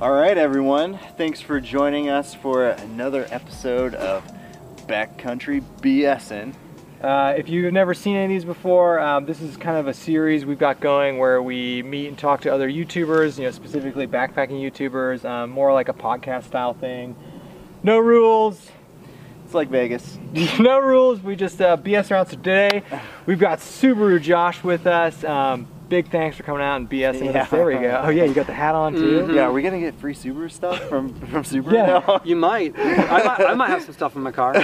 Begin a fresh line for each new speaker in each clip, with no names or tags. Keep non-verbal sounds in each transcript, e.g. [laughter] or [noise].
All right, everyone. Thanks for joining us for another episode of Backcountry BSN.
Uh, if you've never seen any of these before, um, this is kind of a series we've got going where we meet and talk to other YouTubers, you know, specifically backpacking YouTubers, um, more like a podcast style thing. No rules, [laughs]
It's like Vegas.
no rules. We just uh, BS around. So today, we've got Subaru Josh with us. Um, big thanks for coming out and BSing with us.
Yeah. Mm-hmm.
There we go. Oh yeah, you got the hat on too.
Yeah, are we gonna get free Subaru stuff from from Subaru
Mm-hmm. Yeah. [laughs]
now?
You might. I might. I might have some stuff in my car.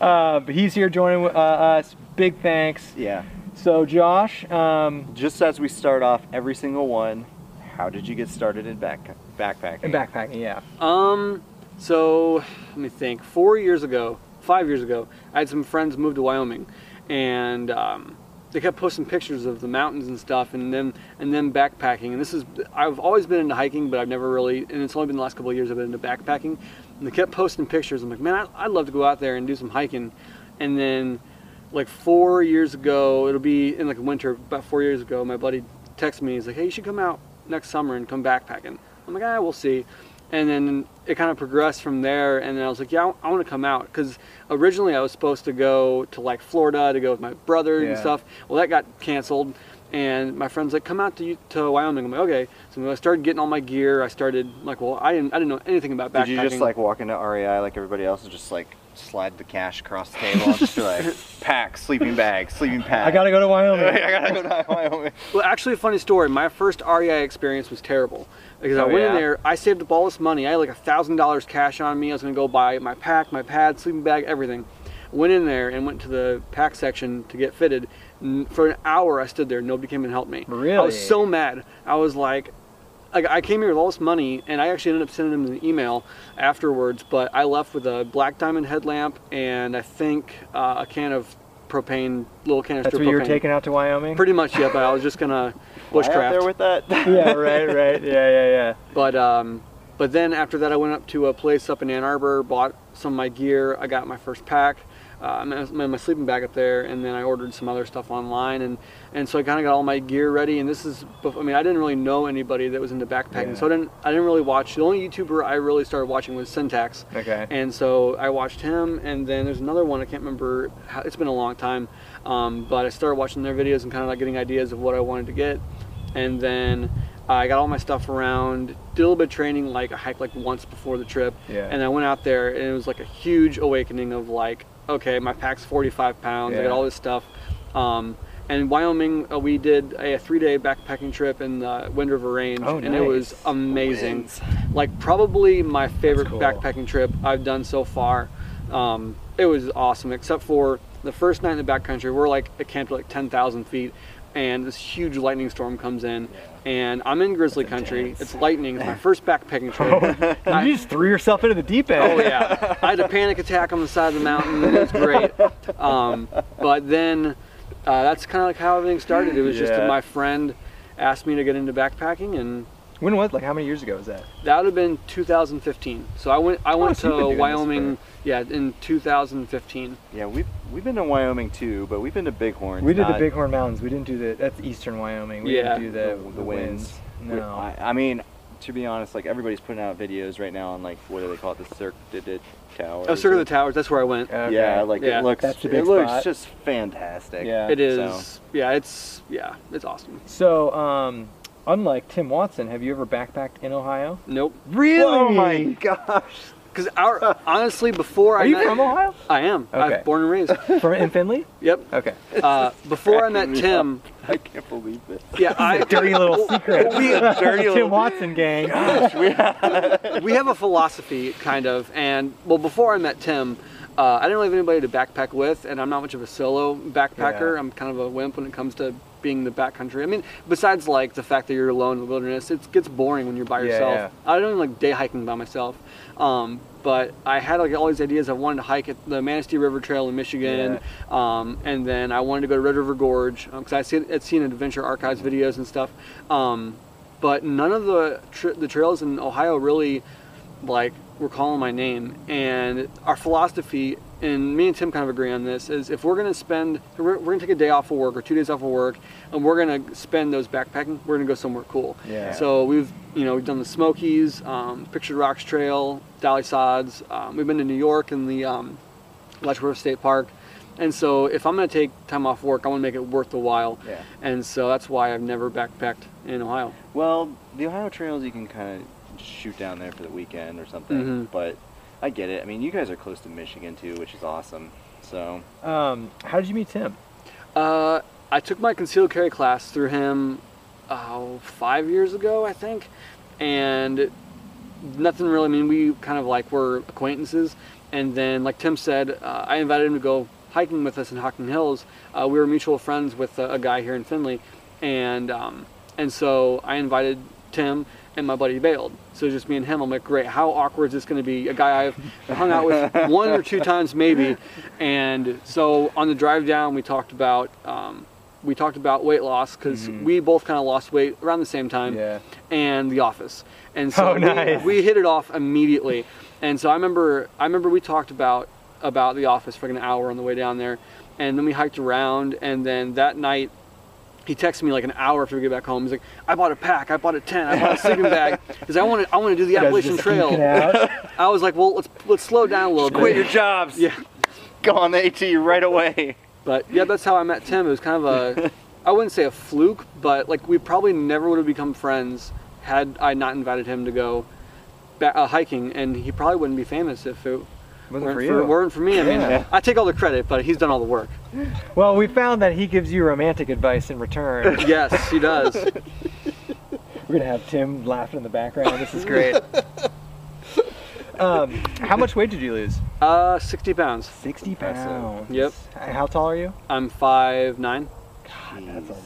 Uh, but he's here joining uh, us. Big thanks.
yeah.
So Josh, um,
Just as we start off every single one, how did you get started in back backpacking?
and backpacking, yeah.
Um, so let me think. Four years ago, five years ago, I had some friends move to Wyoming, and um, they kept posting pictures of the mountains and stuff, and then and then backpacking. And this is I've always been into hiking, but I've never really. And it's only been the last couple of years I've been into backpacking. And they kept posting pictures. I'm like, man, I, I'd love to go out there and do some hiking. And then, like four years ago, it'll be in like winter. About four years ago, my buddy texted me. He's like, hey, you should come out next summer and come backpacking. I'm like, ah, we'll see and then it kind of progressed from there and then i was like yeah i, want to come out because originally i was supposed to go to like florida to go with my brother
Yeah.
and stuff well that got canceled and my friends like come out to U- to wyoming i'm like okay so i started getting all my gear i started like well i didn't i didn't know anything about backpacking
Did you just like walk into REI like everybody else and just like slide the cash across the table and just be
[laughs]
like pack sleeping bag sleeping pack?
I gotta go to
[laughs]
Wyoming.
I gotta go to Wyoming.
Well, actually, a funny story. My first REI experience was terrible because I
Oh,
went in
yeah?
there. I saved up all this money. I had like a thousand dollars cash on me. I was gonna go buy my pack, my pad, sleeping bag, everything. Went in there and went to the pack section to get fitted. N- For an hour, I stood there. Nobody came and helped me. I
Really?
was so mad. I was like, like I came here with all this money, and I actually ended up sending them an email afterwards. But I left with a black diamond headlamp and I think uh, a can of propane, little canister.
That's
of
what you were
propane.
taking out to Wyoming?
Pretty much, yeah. But I was just gonna
Am I out there
bushcraft.
with that. [laughs]
yeah, right, right. Yeah, yeah, yeah.
but um, but then after that, I went up to a place up in Ann Arbor, bought some of my gear. I got my first pack, uh, my, my my sleeping bag up there, and then I ordered some other stuff online, and and so I kind of got all my gear ready. And this is, bef- I mean, I didn't really know anybody that was into backpacking,
Yeah.
so I didn't I didn't really watch. The only YouTuber I really started watching was Syntax.
Okay.
And so I watched him, and then there's another one I can't remember. How, it's been a long time, um, but I started watching their videos and kind of like getting ideas of what I wanted to get, and then I got all my stuff around, did a little bit of training, like I hiked like once before the trip,
Yeah.
and I went out there, and it was like a huge awakening of like, okay, my pack's 45 pounds, I
Yeah.
got all this stuff. Um, and Wyoming, uh, we did a three-day backpacking trip in the Wind River Range,
Oh,
and it was
nice.
amazing
Winds.
like probably my favorite
cool.
backpacking trip I've done so far. Um, it was awesome, except for the first night in the backcountry. We're like it camped at like ten thousand feet, and this huge lightning storm comes in, and I'm in grizzly country.
intense.
It's lightning. It's my first backpacking
[laughs]
trip. I-
Oh. you just threw yourself into the deep end.
Oh yeah, I had a panic attack on the side of the mountain. It was great, um, but then uh, that's kind of like how everything started. It was just
Yeah.
my friend asked me to get into backpacking, and
When was like how many years ago was that?
That would have been 2015. So I went. I went
Oh, so you've been doing
to
this
Wyoming. Yeah, in 2015.
Yeah, we've we've been to Wyoming too, but we've been to Bighorn.
we did the
not-
Bighorn Mountains. We didn't do the that's eastern Wyoming. We
Yeah.
didn't do
the,
the,
the winds.
No.
We- I, I mean, to be honest, like everybody's putting out videos right now on like what do they call it, the Cirque de, de Tower.
Oh, Circle of the Towers. That's where I went.
Okay.
Yeah, like
Yeah.
it looks.
That's the
it
big
looks
spot.
just fantastic.
Yeah.
it is.
so-
Yeah, it's yeah, it's awesome.
So um unlike Tim Watson, have you ever backpacked in Ohio?
Nope.
Really?
Oh my gosh.
Because
[laughs]
our honestly, before
Are
I
you
met,
from Ohio?
I am. I
Okay.
was born and raised.
From in Finley? [laughs]
yep.
Okay.
Uh, before I met
Cracking me
Tim,
up. I can't believe this.
yeah,
[laughs]
I
Dirty
[laughs]
little secret.
we,
Dirty
[laughs] Tim
little.
Watson gang.
we have a philosophy kind of and well before i met tim uh, i didn't really have anybody to backpack with and i'm not much of a solo backpacker
Yeah.
i'm kind of a wimp when it comes to being the backcountry i mean besides like the fact that you're alone in the wilderness it gets boring when you're by
Yeah,
yourself
yeah.
i don't even like day hiking by myself um, but i had like all these ideas i wanted to hike at the manistee river trail in michigan um, and then i wanted to go to red river gorge because i see, i'd seen adventure archives videos and stuff um, but none of the tr the trails in Ohio really like were calling my name. And our philosophy, and me and Tim kind of agree on this, is if we're going to spend, we're, we're going to take a day off of work or two days off of work, and we're going to spend those backpacking, we're going to go somewhere cool.
Yeah.
So we've, you know, we've done the Smokies, um, Pictured Rocks Trail, Dolly Sods. Um, we've been to New York and the um, Letchworth State Park. And so if I'm going to take time off work, I want to make it worth the while.
Yeah.
And so that's why I've never backpacked in Ohio.
Well, the Ohio trails you can kind of shoot down there for the weekend or something,
Mhm.
but I get it. I mean, you guys are close to Michigan too, which is awesome. So
Um, how did you meet Tim?
Uh, I took my concealed carry class through him oh, five years ago, I think, and nothing really. I mean, we kind of like were acquaintances, and then, like Tim said, uh, I invited him to go hiking with us in Hocking Hills. Uh, we were mutual friends with a, a guy here in Findlay, and um, and so I invited Tim. And my buddy bailed, so it was just me and him. I'm like, great. How awkward is this going to be? A guy I've hung out with one or two times maybe, and so on the drive down, we talked about um, we talked about weight loss because we both kind of lost weight around the same time and The Office, and so
Oh, nice.
we, we hit it off immediately. And so I remember, I remember we talked about about The Office for like an hour on the way down there, and then we hiked around, and then that night. He texted me like an hour after we get back home. He's like, "I bought a pack. I bought a tent. I bought a
[laughs]
sleeping bag because I want to. I want to do the Appalachian Trail." [laughs] I was like, "Well, let's let's slow down a little bit."
quit your jobs.
Yeah,
Go on the AT right away.
but yeah, that's how I met Tim. It was kind
[laughs]
of a, I wouldn't say a fluke, but like we probably never would have become friends had I not invited him to go ba- uh, hiking, and he probably wouldn't be famous if it
Wasn't for
weren't,
you.
weren't for me. I mean,
Yeah.
I take all the credit, but he's done all the work.
Well, we found that he gives you romantic advice in return.
Yes,
[laughs]
he does.
We're gonna have Tim laughing in the background. This is [laughs] great. um, how much weight did you lose?
Uh, 60 pounds.
60
Impressive.
pounds.
Yep.
And How tall are you?
I'm five nine.
Jeez.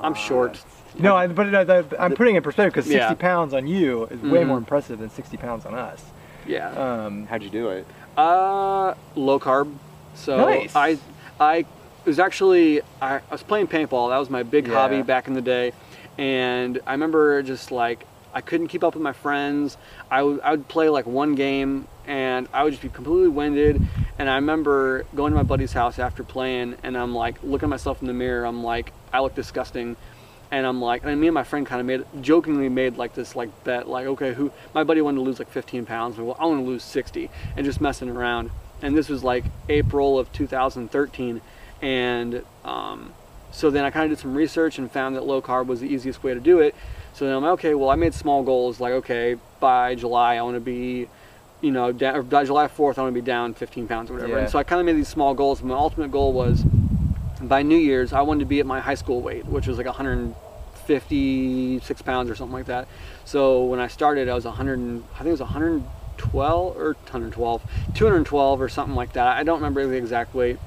I'm short.
No, I, but I, I- I'm putting it in perspective because 60
Yeah.
pounds on you is way
Mhm.
more impressive than 60 pounds on us.
Yeah.
Um,
How'd you do it?
Uh, low carb. So
Nice.
I, I it was actually I, I was playing paintball. That was my big
Yeah.
hobby back in the day, and I remember just like I couldn't keep up with my friends. I would I would play like one game, and I would just be completely winded. And I remember going to my buddy's house after playing, and I'm like looking at myself in the mirror. I'm like, I look disgusting. And I'm like, and me and my friend kind of made, jokingly made like this like bet, like okay, who? My buddy wanted to lose like 15 pounds. Well, I want to lose 60, and just messing around. And this was like April of 2013, and um, so then I kind of did some research and found that low carb was the easiest way to do it. So then I'm like, okay, well I made small goals, like okay, by July I want to be, you know, down, or by July 4th I want to be down 15 pounds or whatever.
Yeah.
And so I kind of made these small goals. My ultimate goal was by New Year's, I wanted to be at my high school weight, which was like 156 pounds or something like that. So when I started, I was 100, and- I think it was 112 or 112, 212 or something like that. I don't remember the exact weight,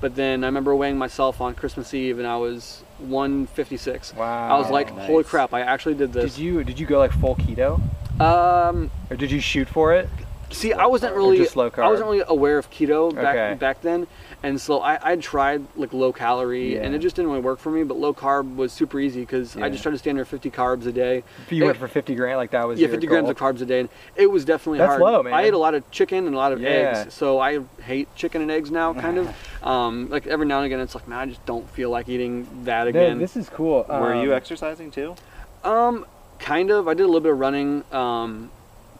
but then I remember weighing myself on Christmas Eve and I was 156.
wow.
I was like,
Nice.
holy crap! I actually did this.
did you did you go like full keto,
um,
or did you shoot for it?
See, I wasn't
carb.
really
Or just low
I wasn't
carb.
really aware of keto back
Okay.
back then, and so I, I tried like low calorie,
Yeah.
and it just didn't really work for me. But low carb was super easy because
Yeah.
I just tried to stay under 50 carbs a day.
If you
It-
went for 50 grand, like that was
yeah,
your
50 grams
goal.
of carbs a day, and it was definitely
That's
hard.
low, man.
I ate a lot of chicken and a lot of
Yeah.
eggs, so I hate chicken and eggs now,
[laughs]
kind of. Um, like every now and again, it's like, man, I just don't feel like eating that
Th-
again.
this is cool.
Were you
Um,
exercising too?
Um, kind of. I did a little bit of running, um,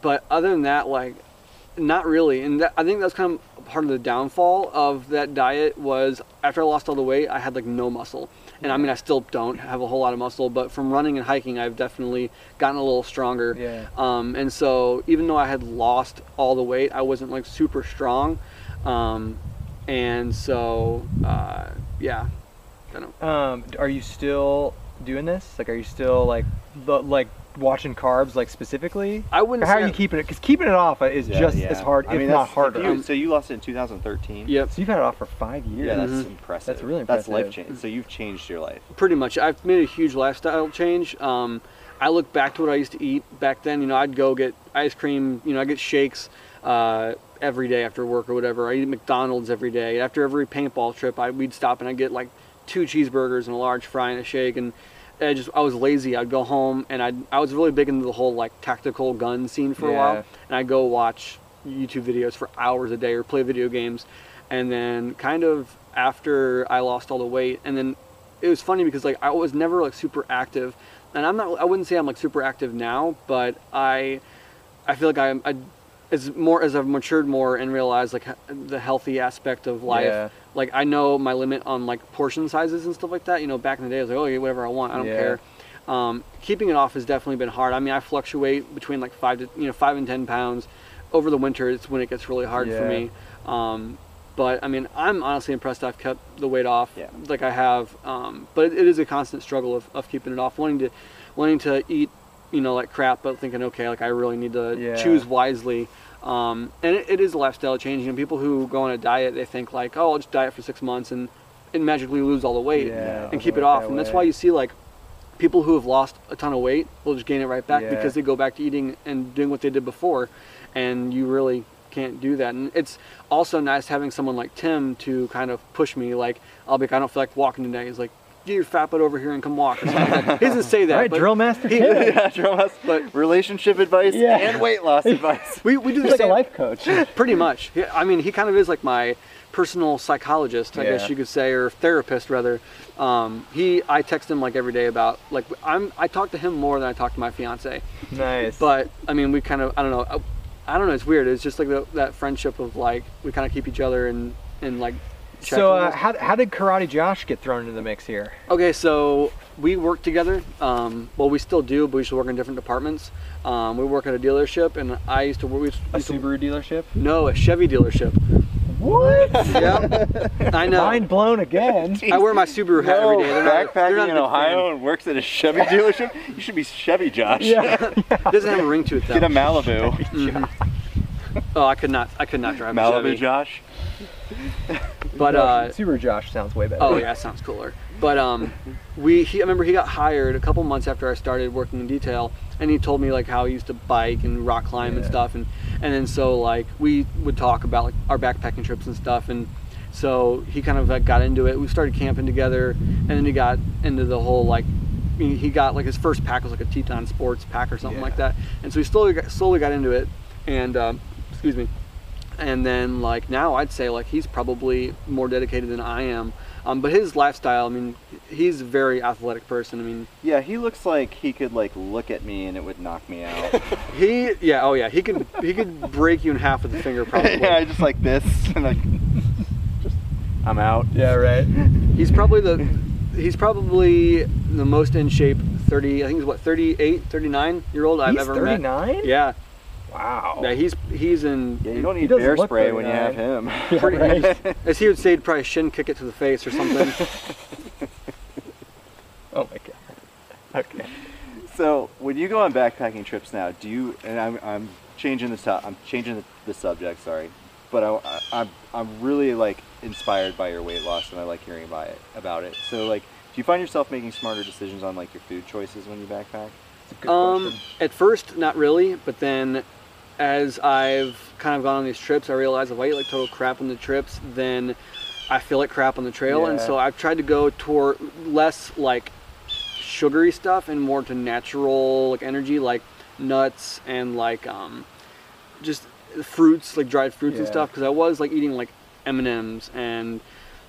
but other than that, like, not really. And that, I think that's kind of part of the downfall of that diet was after I lost all the weight, I had like no muscle. And I mean, I still don't have a whole lot of muscle, but from running and hiking, I've definitely gotten a little stronger.
Yeah.
Um, and so even though I had lost all the weight, I wasn't like super strong. Um, and so, uh, yeah, I don't.
Um, are you still doing this? Like, are you still like, lo- like watching carbs like specifically?
I
Or
wouldn't.
how
say
are you keeping it? Because keeping it off uh, is
Yeah,
just
yeah.
as hard,
I
if
mean,
not
that's-
harder.
you- so you lost it in 2013.
Yep.
so you've had it off for five years.
Yeah, Mm-hmm. that's
Mhm.
impressive.
That's really
That's
impressive.
life change. So you've changed your life.
pretty much i've made a huge lifestyle change um, i look back to what i used to eat back then you know i'd go get ice cream you know i get shakes uh, every day after work or whatever i eat mcdonald's every day after every paintball trip I, we'd stop and i'd get like two cheeseburgers and a large fry and a shake and I just I was lazy. I'd go home and I I was really big into the whole like tactical gun scene for a
Yeah.
while, and I'd go watch YouTube videos for hours a day or play video games. And then kind of after I lost all the weight, and then it was funny because like I was never like super active, and I'm not. I wouldn't say I'm like super active now, but I I feel like I'm. I, as more as I've matured more and realized like h- the healthy aspect of life,
Yeah.
like I know my limit on like portion sizes and stuff like that. You know, back in the day, I was like, oh, yeah, whatever I want, I don't
Yeah.
care. Um, keeping it off has definitely been hard. I mean, I fluctuate between like five to you know five and ten pounds. Over the winter, it's when it gets really hard for
Yeah.
me. Um, but I mean, I'm honestly impressed. I've kept the weight off
Yeah.
like I have. Um, but it, it is a constant struggle of, of keeping it off, wanting to wanting to eat, you know, like crap, but thinking, okay, like I really need to
Yeah.
choose wisely. Um, and it, it is a lifestyle change. You know, people who go on a diet, they think like, oh, I'll just diet for six months and and magically lose all the weight
Yeah,
and
doesn't
keep it
work
off.
that
And that's
way.
why you see like people who have lost a ton of weight will just gain it right back
Yeah.
because they go back to eating and doing what they did before and you really can't do that and it's also nice having someone like tim to kind of push me like i'll be like i don't feel like walking today he's like get your fat butt over here and come walk or something like that. he doesn't say that
All right,
but
drill master.
he-
Tim.
[laughs] yeah, drum us.
But-
relationship advice
Yeah.
and weight [laughs] loss advice.
we, we do the
He's like a
same
life
[laughs]
coach.
pretty much Yeah, i mean he kind of is like my personal psychologist i guess
Yeah.
you could say or therapist rather um, he i text him like every day about like i'm i talk to him more than i talk to my fiance
nice.
But I mean, we kind of I don't know. I, I don't know. It's weird. It's just like the, that friendship of like we kind of keep each other and and like. check
so uh,
levels.
how, how did Karate Josh get thrown into the mix here?
okay, so we work together. Um, well, we still do, but we used to work in different departments. Um, we work at a dealership, and I used to work. We used
A
to,
Subaru dealership.
no, a Chevy dealership. [laughs]
What?
yeah, I know.
Mind blown
[laughs]
again.
I wear my Subaru hat
No,
every day. They're not- they're
backpacking
not a
in
big
Ohio and works at a Chevy dealership. You should be Chevy Josh.
yeah.
fan. It doesn't have a ring to it though.
Get a [laughs] Malibu.
oh, I could not. I could not drive a
Malibu
Chevy.
Josh.
[laughs] But uh,
Subaru Josh sounds way better.
Oh yeah, sounds cooler. But um, we he, I remember he got hired a couple months after I started working in detail, and he told me like how he used to bike and rock climb and
Yeah.
stuff, and and then so like we would talk about like our backpacking trips and stuff, and so he kind of like got into it. We started camping together, and then he got into the whole like. He he got like his first pack was like a Teton Sports pack or something
Yeah.
like that, and so he slowly got, slowly got into it, and um, excuse me, and then like now i'd say like he's probably more dedicated than i am um, but his lifestyle i mean he's a very athletic person i mean
Yeah, he looks like he could like look at me and it would knock me [laughs] out.
he yeah oh yeah he could he could break you in half with a finger
[laughs]
probably
yeah, just like this. And like, [laughs] just, I'm out.
Yeah. Right.
he's probably the he's probably the most in shape 30 i think he's what 38 39 year old i've
He's
ever
39.
met yeah
Wow.
yeah he's he's in
Oh. Yeah, you don't
He
need
doesn't
bear
look
spray
very
when
bad.
you have him. [laughs]
Yeah, right.
as he would say he'd probably shin kick it to the face
[laughs]
or something
Oh my god. Okay.
So when you go on backpacking trips now, do you? And I'm, I'm changing the top. I'm changing the, the subject. Sorry, but I, I, I'm I'm really like inspired by your weight loss, and I like hearing about it. About it. So like, do you find yourself making smarter decisions on like your food choices when you backpack?
It's a good
um,
question.
at first, not really, but then as I've kind of gone on these trips, I realize if I eat like total crap on the trips, then I feel like crap on the trail, and
Yeah.
so I've tried to go toward less like sugary stuff and more to natural like energy, like nuts and like um, just fruits, like dried fruits and
Yeah.
stuff, because I was like eating like M and M's and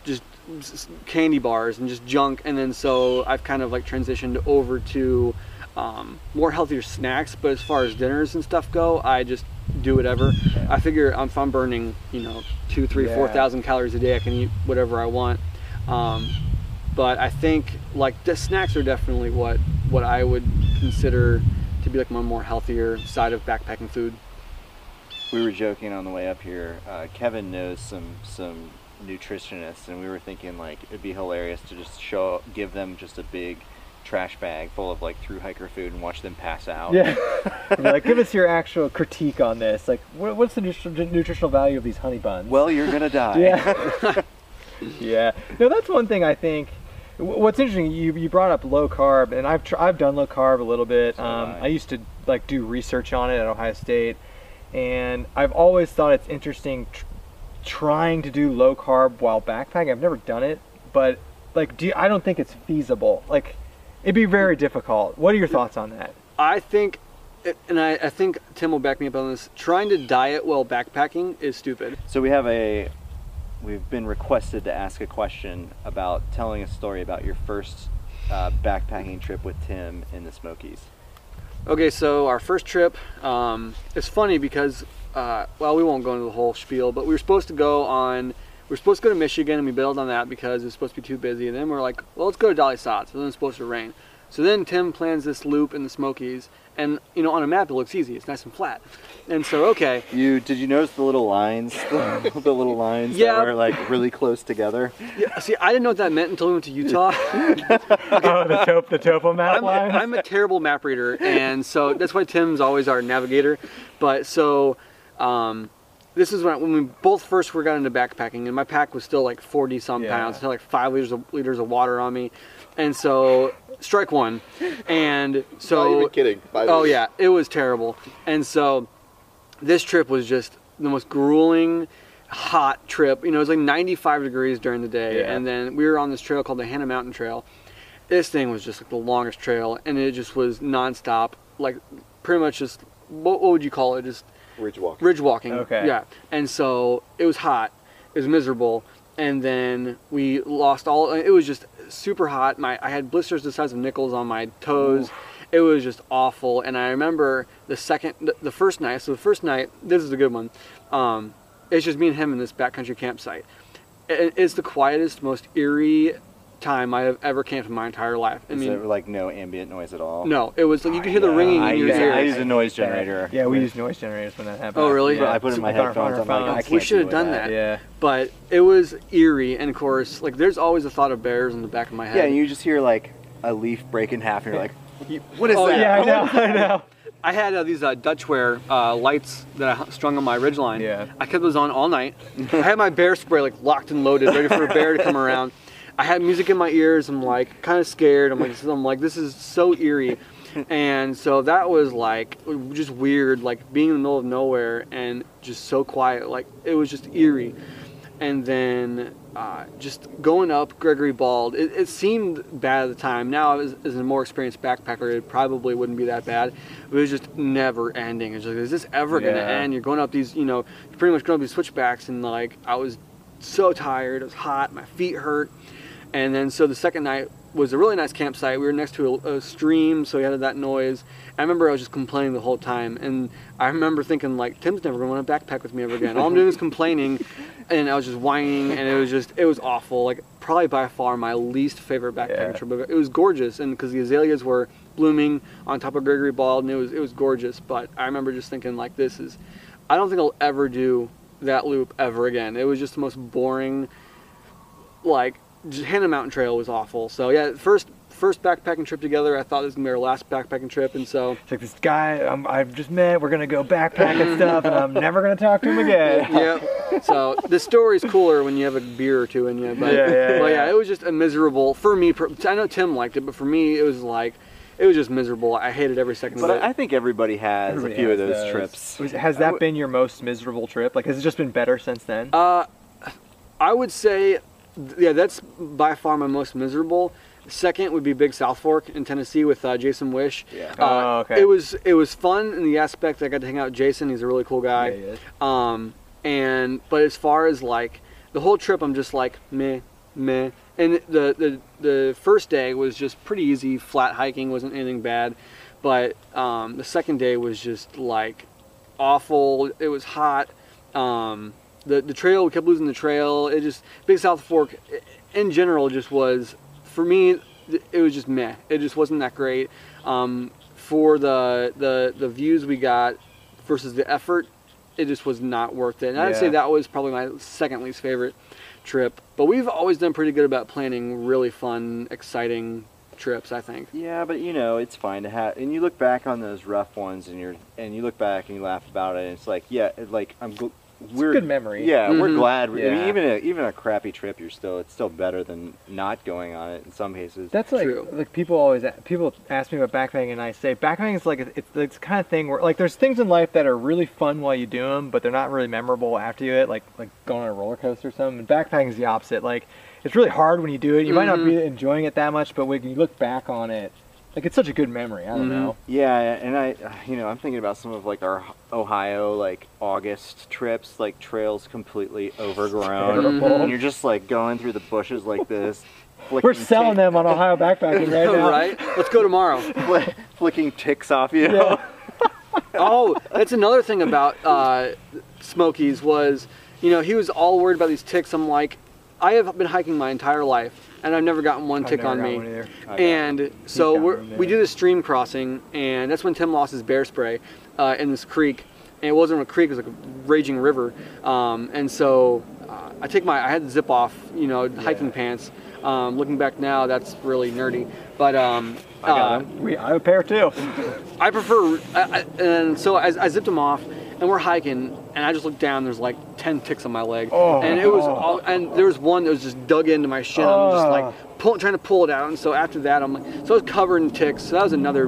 just s- candy bars and just junk, and then so I've kind of like transitioned over to um, more healthier snacks. But as far as dinners and stuff go, I just do whatever. I figure if I'm burning, you know, two, three, four
Yeah.
thousand calories a day, I can eat whatever I want. Um, but I think like the snacks are definitely what what I would consider to be like my more healthier side of backpacking food.
We were joking on the way up here. Uh, Kevin knows some some nutritionists, and we were thinking like it'd be hilarious to just show give them just a big trash bag full of like through hiker food and watch them pass
Oh.
out.
Yeah. [laughs] I'd be like, give us your actual critique on this. Like, what, what's the nutri- nutritional value of these honey buns?
Well, you're
[laughs]
gonna die.
Yeah.
[laughs]
yeah. No, that's one thing I think. wh- What's interesting, you, you brought up low carb, and I've tr- I've done low carb a little bit.
So
Um,
have I.
I used to like do research on it at Ohio State, and I've always thought it's interesting tr- trying to do low carb while backpacking. I've never done it, but like, do you, I don't think it's feasible. Like, it'd be very difficult. What are your thoughts on that?
I think and I, I think Tim will back me up on this. Trying to diet while backpacking is stupid.
So we have a, we've been requested to ask a question about telling a story about your first uh, backpacking trip with Tim in the Smokies.
Okay, so our first trip, um, it's funny because, uh, well, we won't go into the whole spiel, but we were supposed to go on, we were supposed to go to Michigan and we bailed on that because it was supposed to be too busy. And then we are like, well, let's go to Dolly Sots, and then it's supposed to rain. So then Tim plans this loop in the Smokies, and you know, on a map it looks easy, it's nice and flat. And so, okay,
You did you notice the little lines, [laughs] the, little lines
Yeah.
that were like really close together?
yeah, see, I didn't know what that meant until we went to Utah.
[laughs] oh, the top, the topo
[laughs]
map
I'm,
line.
I'm a terrible map reader, and so that's why Tim's always our navigator. But so, um, this is when, when we both first were got into backpacking, and my pack was still like 40 some
Yeah.
pounds, still like five liters of, liters of water on me, and so strike one, and so
Not even kidding. Five
Oh
minutes.
yeah, it was terrible. And so this trip was just the most grueling, hot trip. You know, it was like 95 degrees during the day,
Yeah.
and then we were on this trail called the Hannah Mountain Trail. This thing was just like the longest trail, and it just was nonstop, like pretty much just what, what would you call it? Just
Ridge walk.
ridge walking.
Okay.
Yeah. And so it was hot. It was miserable. And then we lost all. It was just super hot. My I had blisters the size of nickels on my toes. It was just awful. And I remember the second, the, the first night. So the first night, this is a good one. Um, it's just me and him in this backcountry campsite. It, it's the quietest, most eerie time I have ever camped in my entire life. I
Is
mean,
there like no ambient noise at all?
no, it was like you could hear the ringing
I
in your
use,
ears.
I use a noise generator.
Yeah, we use noise generators when that happens.
Oh, really?
Yeah, I put in my
With our- on
headphones.
our
I'm like, I
phones.
can't
We should have
deal with
done
that.
that.
Yeah.
but it was eerie and of course like there's always the thought of bears in the back of my head
Yeah, and you just hear like a leaf break in half, and you're like, "What is
Oh,
that?"
Yeah,
[laughs]
I know. I know.
i had uh, these uh, dutchware uh, lights that i hung- strung on my ridgeline
Yeah.
i kept those on all night i had my bear spray like locked and loaded ready for a bear to come around i had music in my ears i'm like kind of scared i'm like, this is- I'm like this is so eerie and so that was like just weird like being in the middle of nowhere and just so quiet like it was just eerie and then uh, just going up Gregory Bald. It, it seemed bad at the time. Now, as, as a more experienced backpacker, it probably wouldn't be that bad. But it was just never ending. It's like, is this ever gonna
Yeah.
end? You're going up these, you know, you're pretty much going up these switchbacks, and like I was so tired. It was hot. My feet hurt. And then so the second night was a really nice campsite. We were next to a, a stream, so we had that noise. I remember I was just complaining the whole time, and I remember thinking like, Tim's never going to want to backpack with me ever again. All I'm doing is complaining, and I was just whining, and it was just it was awful. Like probably by far my least favorite
Yeah.
backpacking trip. I've- It was gorgeous, and because the azaleas were blooming on top of Gregory Bald, and it was it was gorgeous. But I remember just thinking like, this is, I don't think I'll ever do that loop ever again. It was just the most boring like just Hannah Mountain Trail was awful. So yeah, first first backpacking trip together, I thought this was gonna be our last backpacking trip, and so
It's like this guy I'm, I've just met. We're gonna go backpack and stuff, and I'm never gonna talk to
[laughs]
him again.
yeah. So the story's cooler when you have a beer or two in you. But
Yeah, yeah,
but yeah,
yeah.
it was just a miserable for me. per- I know Tim liked it, but for me, it was like it was just miserable. I hated every second
But
of it.
I, I think everybody has
Everybody
a few of
has
those, trips.
Was- Has that been your most miserable trip? Like, has it just been better since then?
Uh, I would say, th- yeah, that's by far my most miserable. Second would be Big South Fork in Tennessee with uh, Jason Wish.
Yeah.
Uh,
Oh, okay.
It was it was fun in the aspect that I got to hang out with Jason. He's a really cool guy.
Yeah, he is.
Um, and but as far as like the whole trip, I'm just like meh, meh. And the the the first day was just pretty easy, flat hiking wasn't anything bad, but um, the second day was just like awful. It was hot. Um, the the trail we kept losing the trail. It just Big South Fork i- in general just was for me. th- It was just meh. It just wasn't that great. Um, for the the the views we got versus the effort, it just was not worth it. And I'd say
Yeah.
that was probably my second least favorite trip. But we've always done pretty good about planning really fun, exciting trips. I think.
Yeah, but you know, it's fine to have. And you look back on those rough ones, and you're and you look back and you laugh about it. And it's like, yeah, it- like I'm. Gl- we're
good memory.
Yeah, we're
Mhm.
glad. we- I mean,
Yeah.
even a, even a crappy trip, you're still it's still better than not going on it in some cases.
That's like
True.
like people always a- people ask me about backpacking, and I say backpacking is like it's, it's the kind of thing where like there's things in life that are really fun while you do them, but they're not really memorable after you do it. Like like going on a roller coaster or something. And backpacking is the opposite. Like it's really hard when you do it. You might not
Mhm.
be enjoying it that much, but when you look back on it, Like it's such a good memory. I don't
Mhm.
know.
Yeah, and I, you know, I'm thinking about some of like our Ohio like August trips, like trails completely overgrown,
Terrible.
and you're just like going through the bushes like this.
[laughs] We're
flicking
selling
tick-
them on Ohio
[laughs]
backpacking right now.
right? Let's go tomorrow.
fli- flicking ticks off you.
Yeah.
oh, that's another thing about uh, Smokies was, you know, he was all worried about these ticks. I'm like, I have been hiking my entire life, and I've never gotten one
I've
tick
never
on
got
me.
one either.
I got
and so
got
we're,
one
we
there.
do the stream crossing, and that's when Tim lost his bear spray uh, in this creek. And it wasn't a creek; it was like a raging river. Um, and so uh, I take my I had to zip off, you know, hiking pants. Um, looking back now, that's really nerdy. But um,
I got
uh,
him.
We I have a pair too.
Oh I prefer, I, I, and so I, I zipped them off, and we're hiking, and I just looked down. There's like ten ticks on my leg,
Oh.
and it was, all, and there was one that was just dug into my shin. I'm just
Ah.
like pull, trying to pull it out, and so after that, I'm like, so I was covered in ticks. So that was another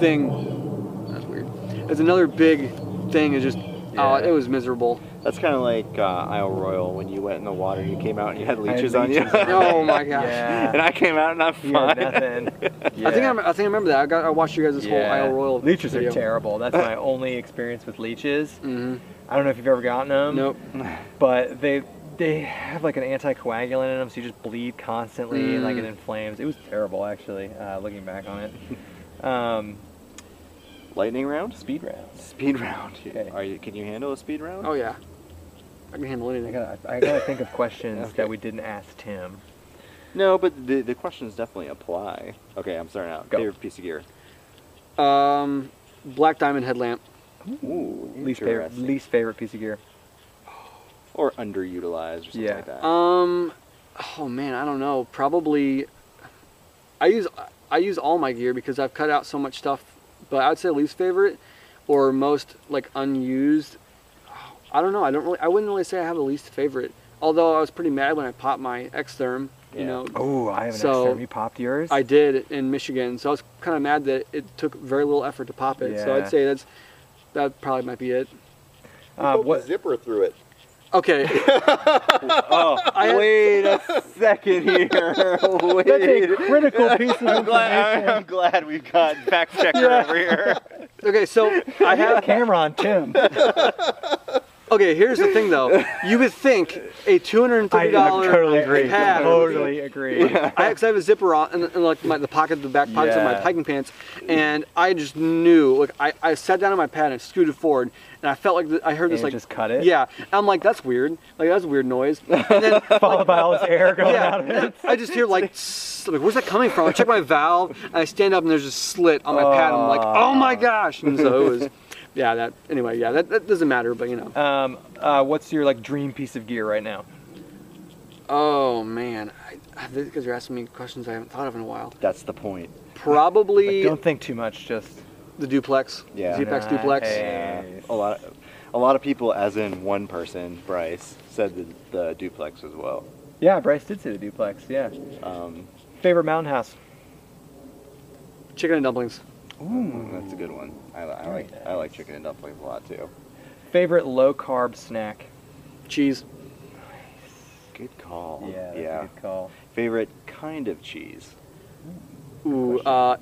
thing. That's weird. It's another big thing. Is just, oh,
Yeah.
it
[laughs]
was miserable.
[laughs] That's kind of like uh, Isle Royal when you went in the water and you came out and you had
had
leeches on
leeches
you.
on.
Oh my
[laughs]
gosh.
and
[laughs]
Yeah.
I came out and I'm
You had
fine.
nothing.
I think
Yeah.
I, rem- I think I remember that. I got I watched you guys this
Yeah.
whole Isle Royal.
Leeches
video.
are terrible. That's
[laughs]
my only experience with leeches.
Mhm.
I don't know if you've ever gotten them.
Nope.
But they they have like an anticoagulant in them, so you just bleed constantly, and like
Mm.
it inflames. It was terrible, actually. Uh, looking back on
[laughs]
it. Um,
Lightning round?
speed rounds.
Speed round.
Okay.
Are you? Can you handle a speed round?
Oh yeah. I can handle
I
anything.
gotta, I gotta think of questions
Okay.
that we didn't ask Tim.
No, but the the questions definitely apply. Okay, I'm starting out.
Go.
Favorite piece of gear.
Um, black diamond headlamp.
Ooh,
Least favorite,
interesting.
least favorite piece of gear.
or underutilized or something
Yeah.
like that.
Um, oh man, I don't know. Probably, I use I use all my gear because I've cut out so much stuff. But I'd say least favorite or most like unused. I don't know. I don't really. I wouldn't really say I have a least favorite. Although I was pretty mad when I popped my X therm. You
Yeah.
know,
Oh, I have an
So,
extra. You popped yours.
I did in Michigan, so I was kind of mad that it took very little effort to pop it. So
Yeah.
I'd say that's that probably might be it.
Uh,
Put
what?
the zipper through it.
Okay.
[laughs]
[laughs]
oh,
I-
[laughs] wait a second here. Wait.
[laughs]
That's a critical piece of
I'm [laughs] glad,
information.
I'm glad we got fact checker over here.
Okay. So I have
Camera on
[laughs]
Tim.
Okay, here's the
[laughs]
thing though. You would think a two hundred and
I,
thirty dollar
totally agree.
pad.
Totally agree.
I, cause I have a zipper on and, like my, the pocket, the back pockets of my
Yeah.
hiking pants, and I just knew. Like I, I sat down on my pad and I scooted forward, and I felt like the, I heard
And
this
it
like
just cut it.
yeah. I'm like that's weird. Like that's a weird noise. And then
[laughs] Followed by all this air going
yeah,
out of it.
I just
[laughs]
hear like tss, I'm like where's that coming from? I check my valve and I stand up and there's just slit on my pad. And I'm like oh my gosh. And so it was, yeah. That anyway, yeah. That, that doesn't matter, but you know.
Um, uh, what's your like dream piece of gear right now?
Oh man, I, I, these guys are asking me questions I haven't thought of in a while.
[laughs] That's the point.
Probably
Don't think too much. Just
the duplex.
Yeah.
Zpex
Nice.
duplex.
Yeah. Uh, A lot, of, a lot of people, as in one person, Bryce said the, the duplex as well.
yeah. Bryce did say the duplex. Yeah.
Um,
Favorite mountain house.
Chicken and dumplings.
that's a good one. I, li- I like, I like chicken and dumplings a lot too.
Favorite low carb snack.
Cheese.
Good call.
that's a
yeah.
Good call.
Favorite kind of cheese.
Ooh, uh,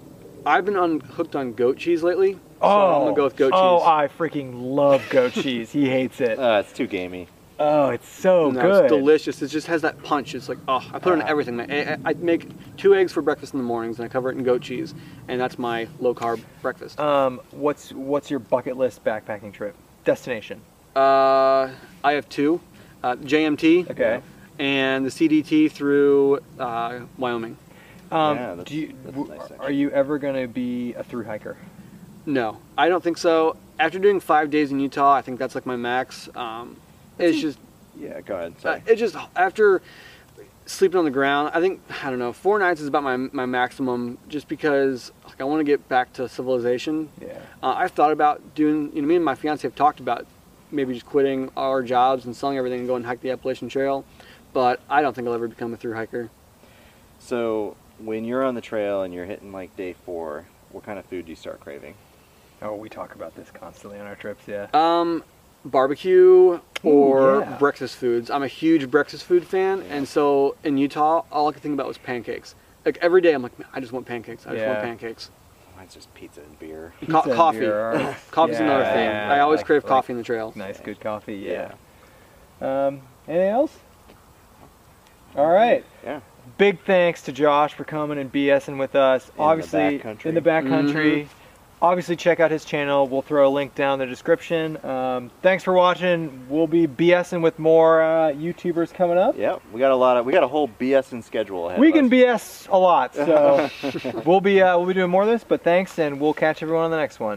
I've been on, hooked on goat cheese lately. so
Oh,
I'm gonna go with goat
oh,
cheese.
I freaking love goat cheese. He hates it.
Uh, it's too gamey.
Oh, it's so
No,
good.
It's delicious. It just has that punch. It's like, oh, I put it on
Ah.
everything. man. I, I- I make two eggs for breakfast in the mornings, and I cover it in goat cheese, and that's my low carb breakfast.
Um, what's what's your bucket list backpacking trip destination?
Uh, I have two, uh, JMT
Okay.
and the CDT through uh, Wyoming.
Um,
Yeah, that's-
do you,
that's
w-
nice, actually.
are you ever gonna be a through hiker?
No, I don't think so. After doing five days in Utah, I think that's like my max. Um, it's just,
Yeah, go ahead.
uh,
Sorry.
it just after sleeping on the ground. I think I don't know. Four nights is about my my maximum, just because like I want to get back to civilization.
Yeah.
Uh, I've thought about doing. You know, me and my fiance have talked about maybe just quitting our jobs and selling everything and going hike the Appalachian Trail, but I don't think I'll ever become a through hiker.
So when you're on the trail and you're hitting like day four, what kind of food do you start craving?
Oh, we talk about this constantly on our trips. Yeah.
Um, barbecue or
yeah.
breakfast foods. I'm a huge breakfast food fan, and so in Utah, all I could think about was pancakes. like every day I'm like, man, I just want pancakes. I just want
Yeah.
pancakes.
Mine's just pizza and beer.
Co-
Pizza and
coffee.
beer are-
[laughs] Coffee's another
Yeah,
thing. I always
like-
crave
like-
coffee in the trail.
Nice, good coffee. Yeah. Um, anything else? All right.
Yeah.
Big thanks to Josh for coming and BSing with us.
the
obviously,
backcountry.
in the back country. Obviously, check out his channel. We'll throw a link down in the description. Um, thanks for watching. We'll be BSing with more uh, YouTubers coming up.
Yeah. We got a lot of we got a whole BS and schedule ahead.
We
of
can
us.
BS
[laughs]
a lot, so we'll be uh, we'll be doing more of this. But thanks, and we'll catch everyone on the next one.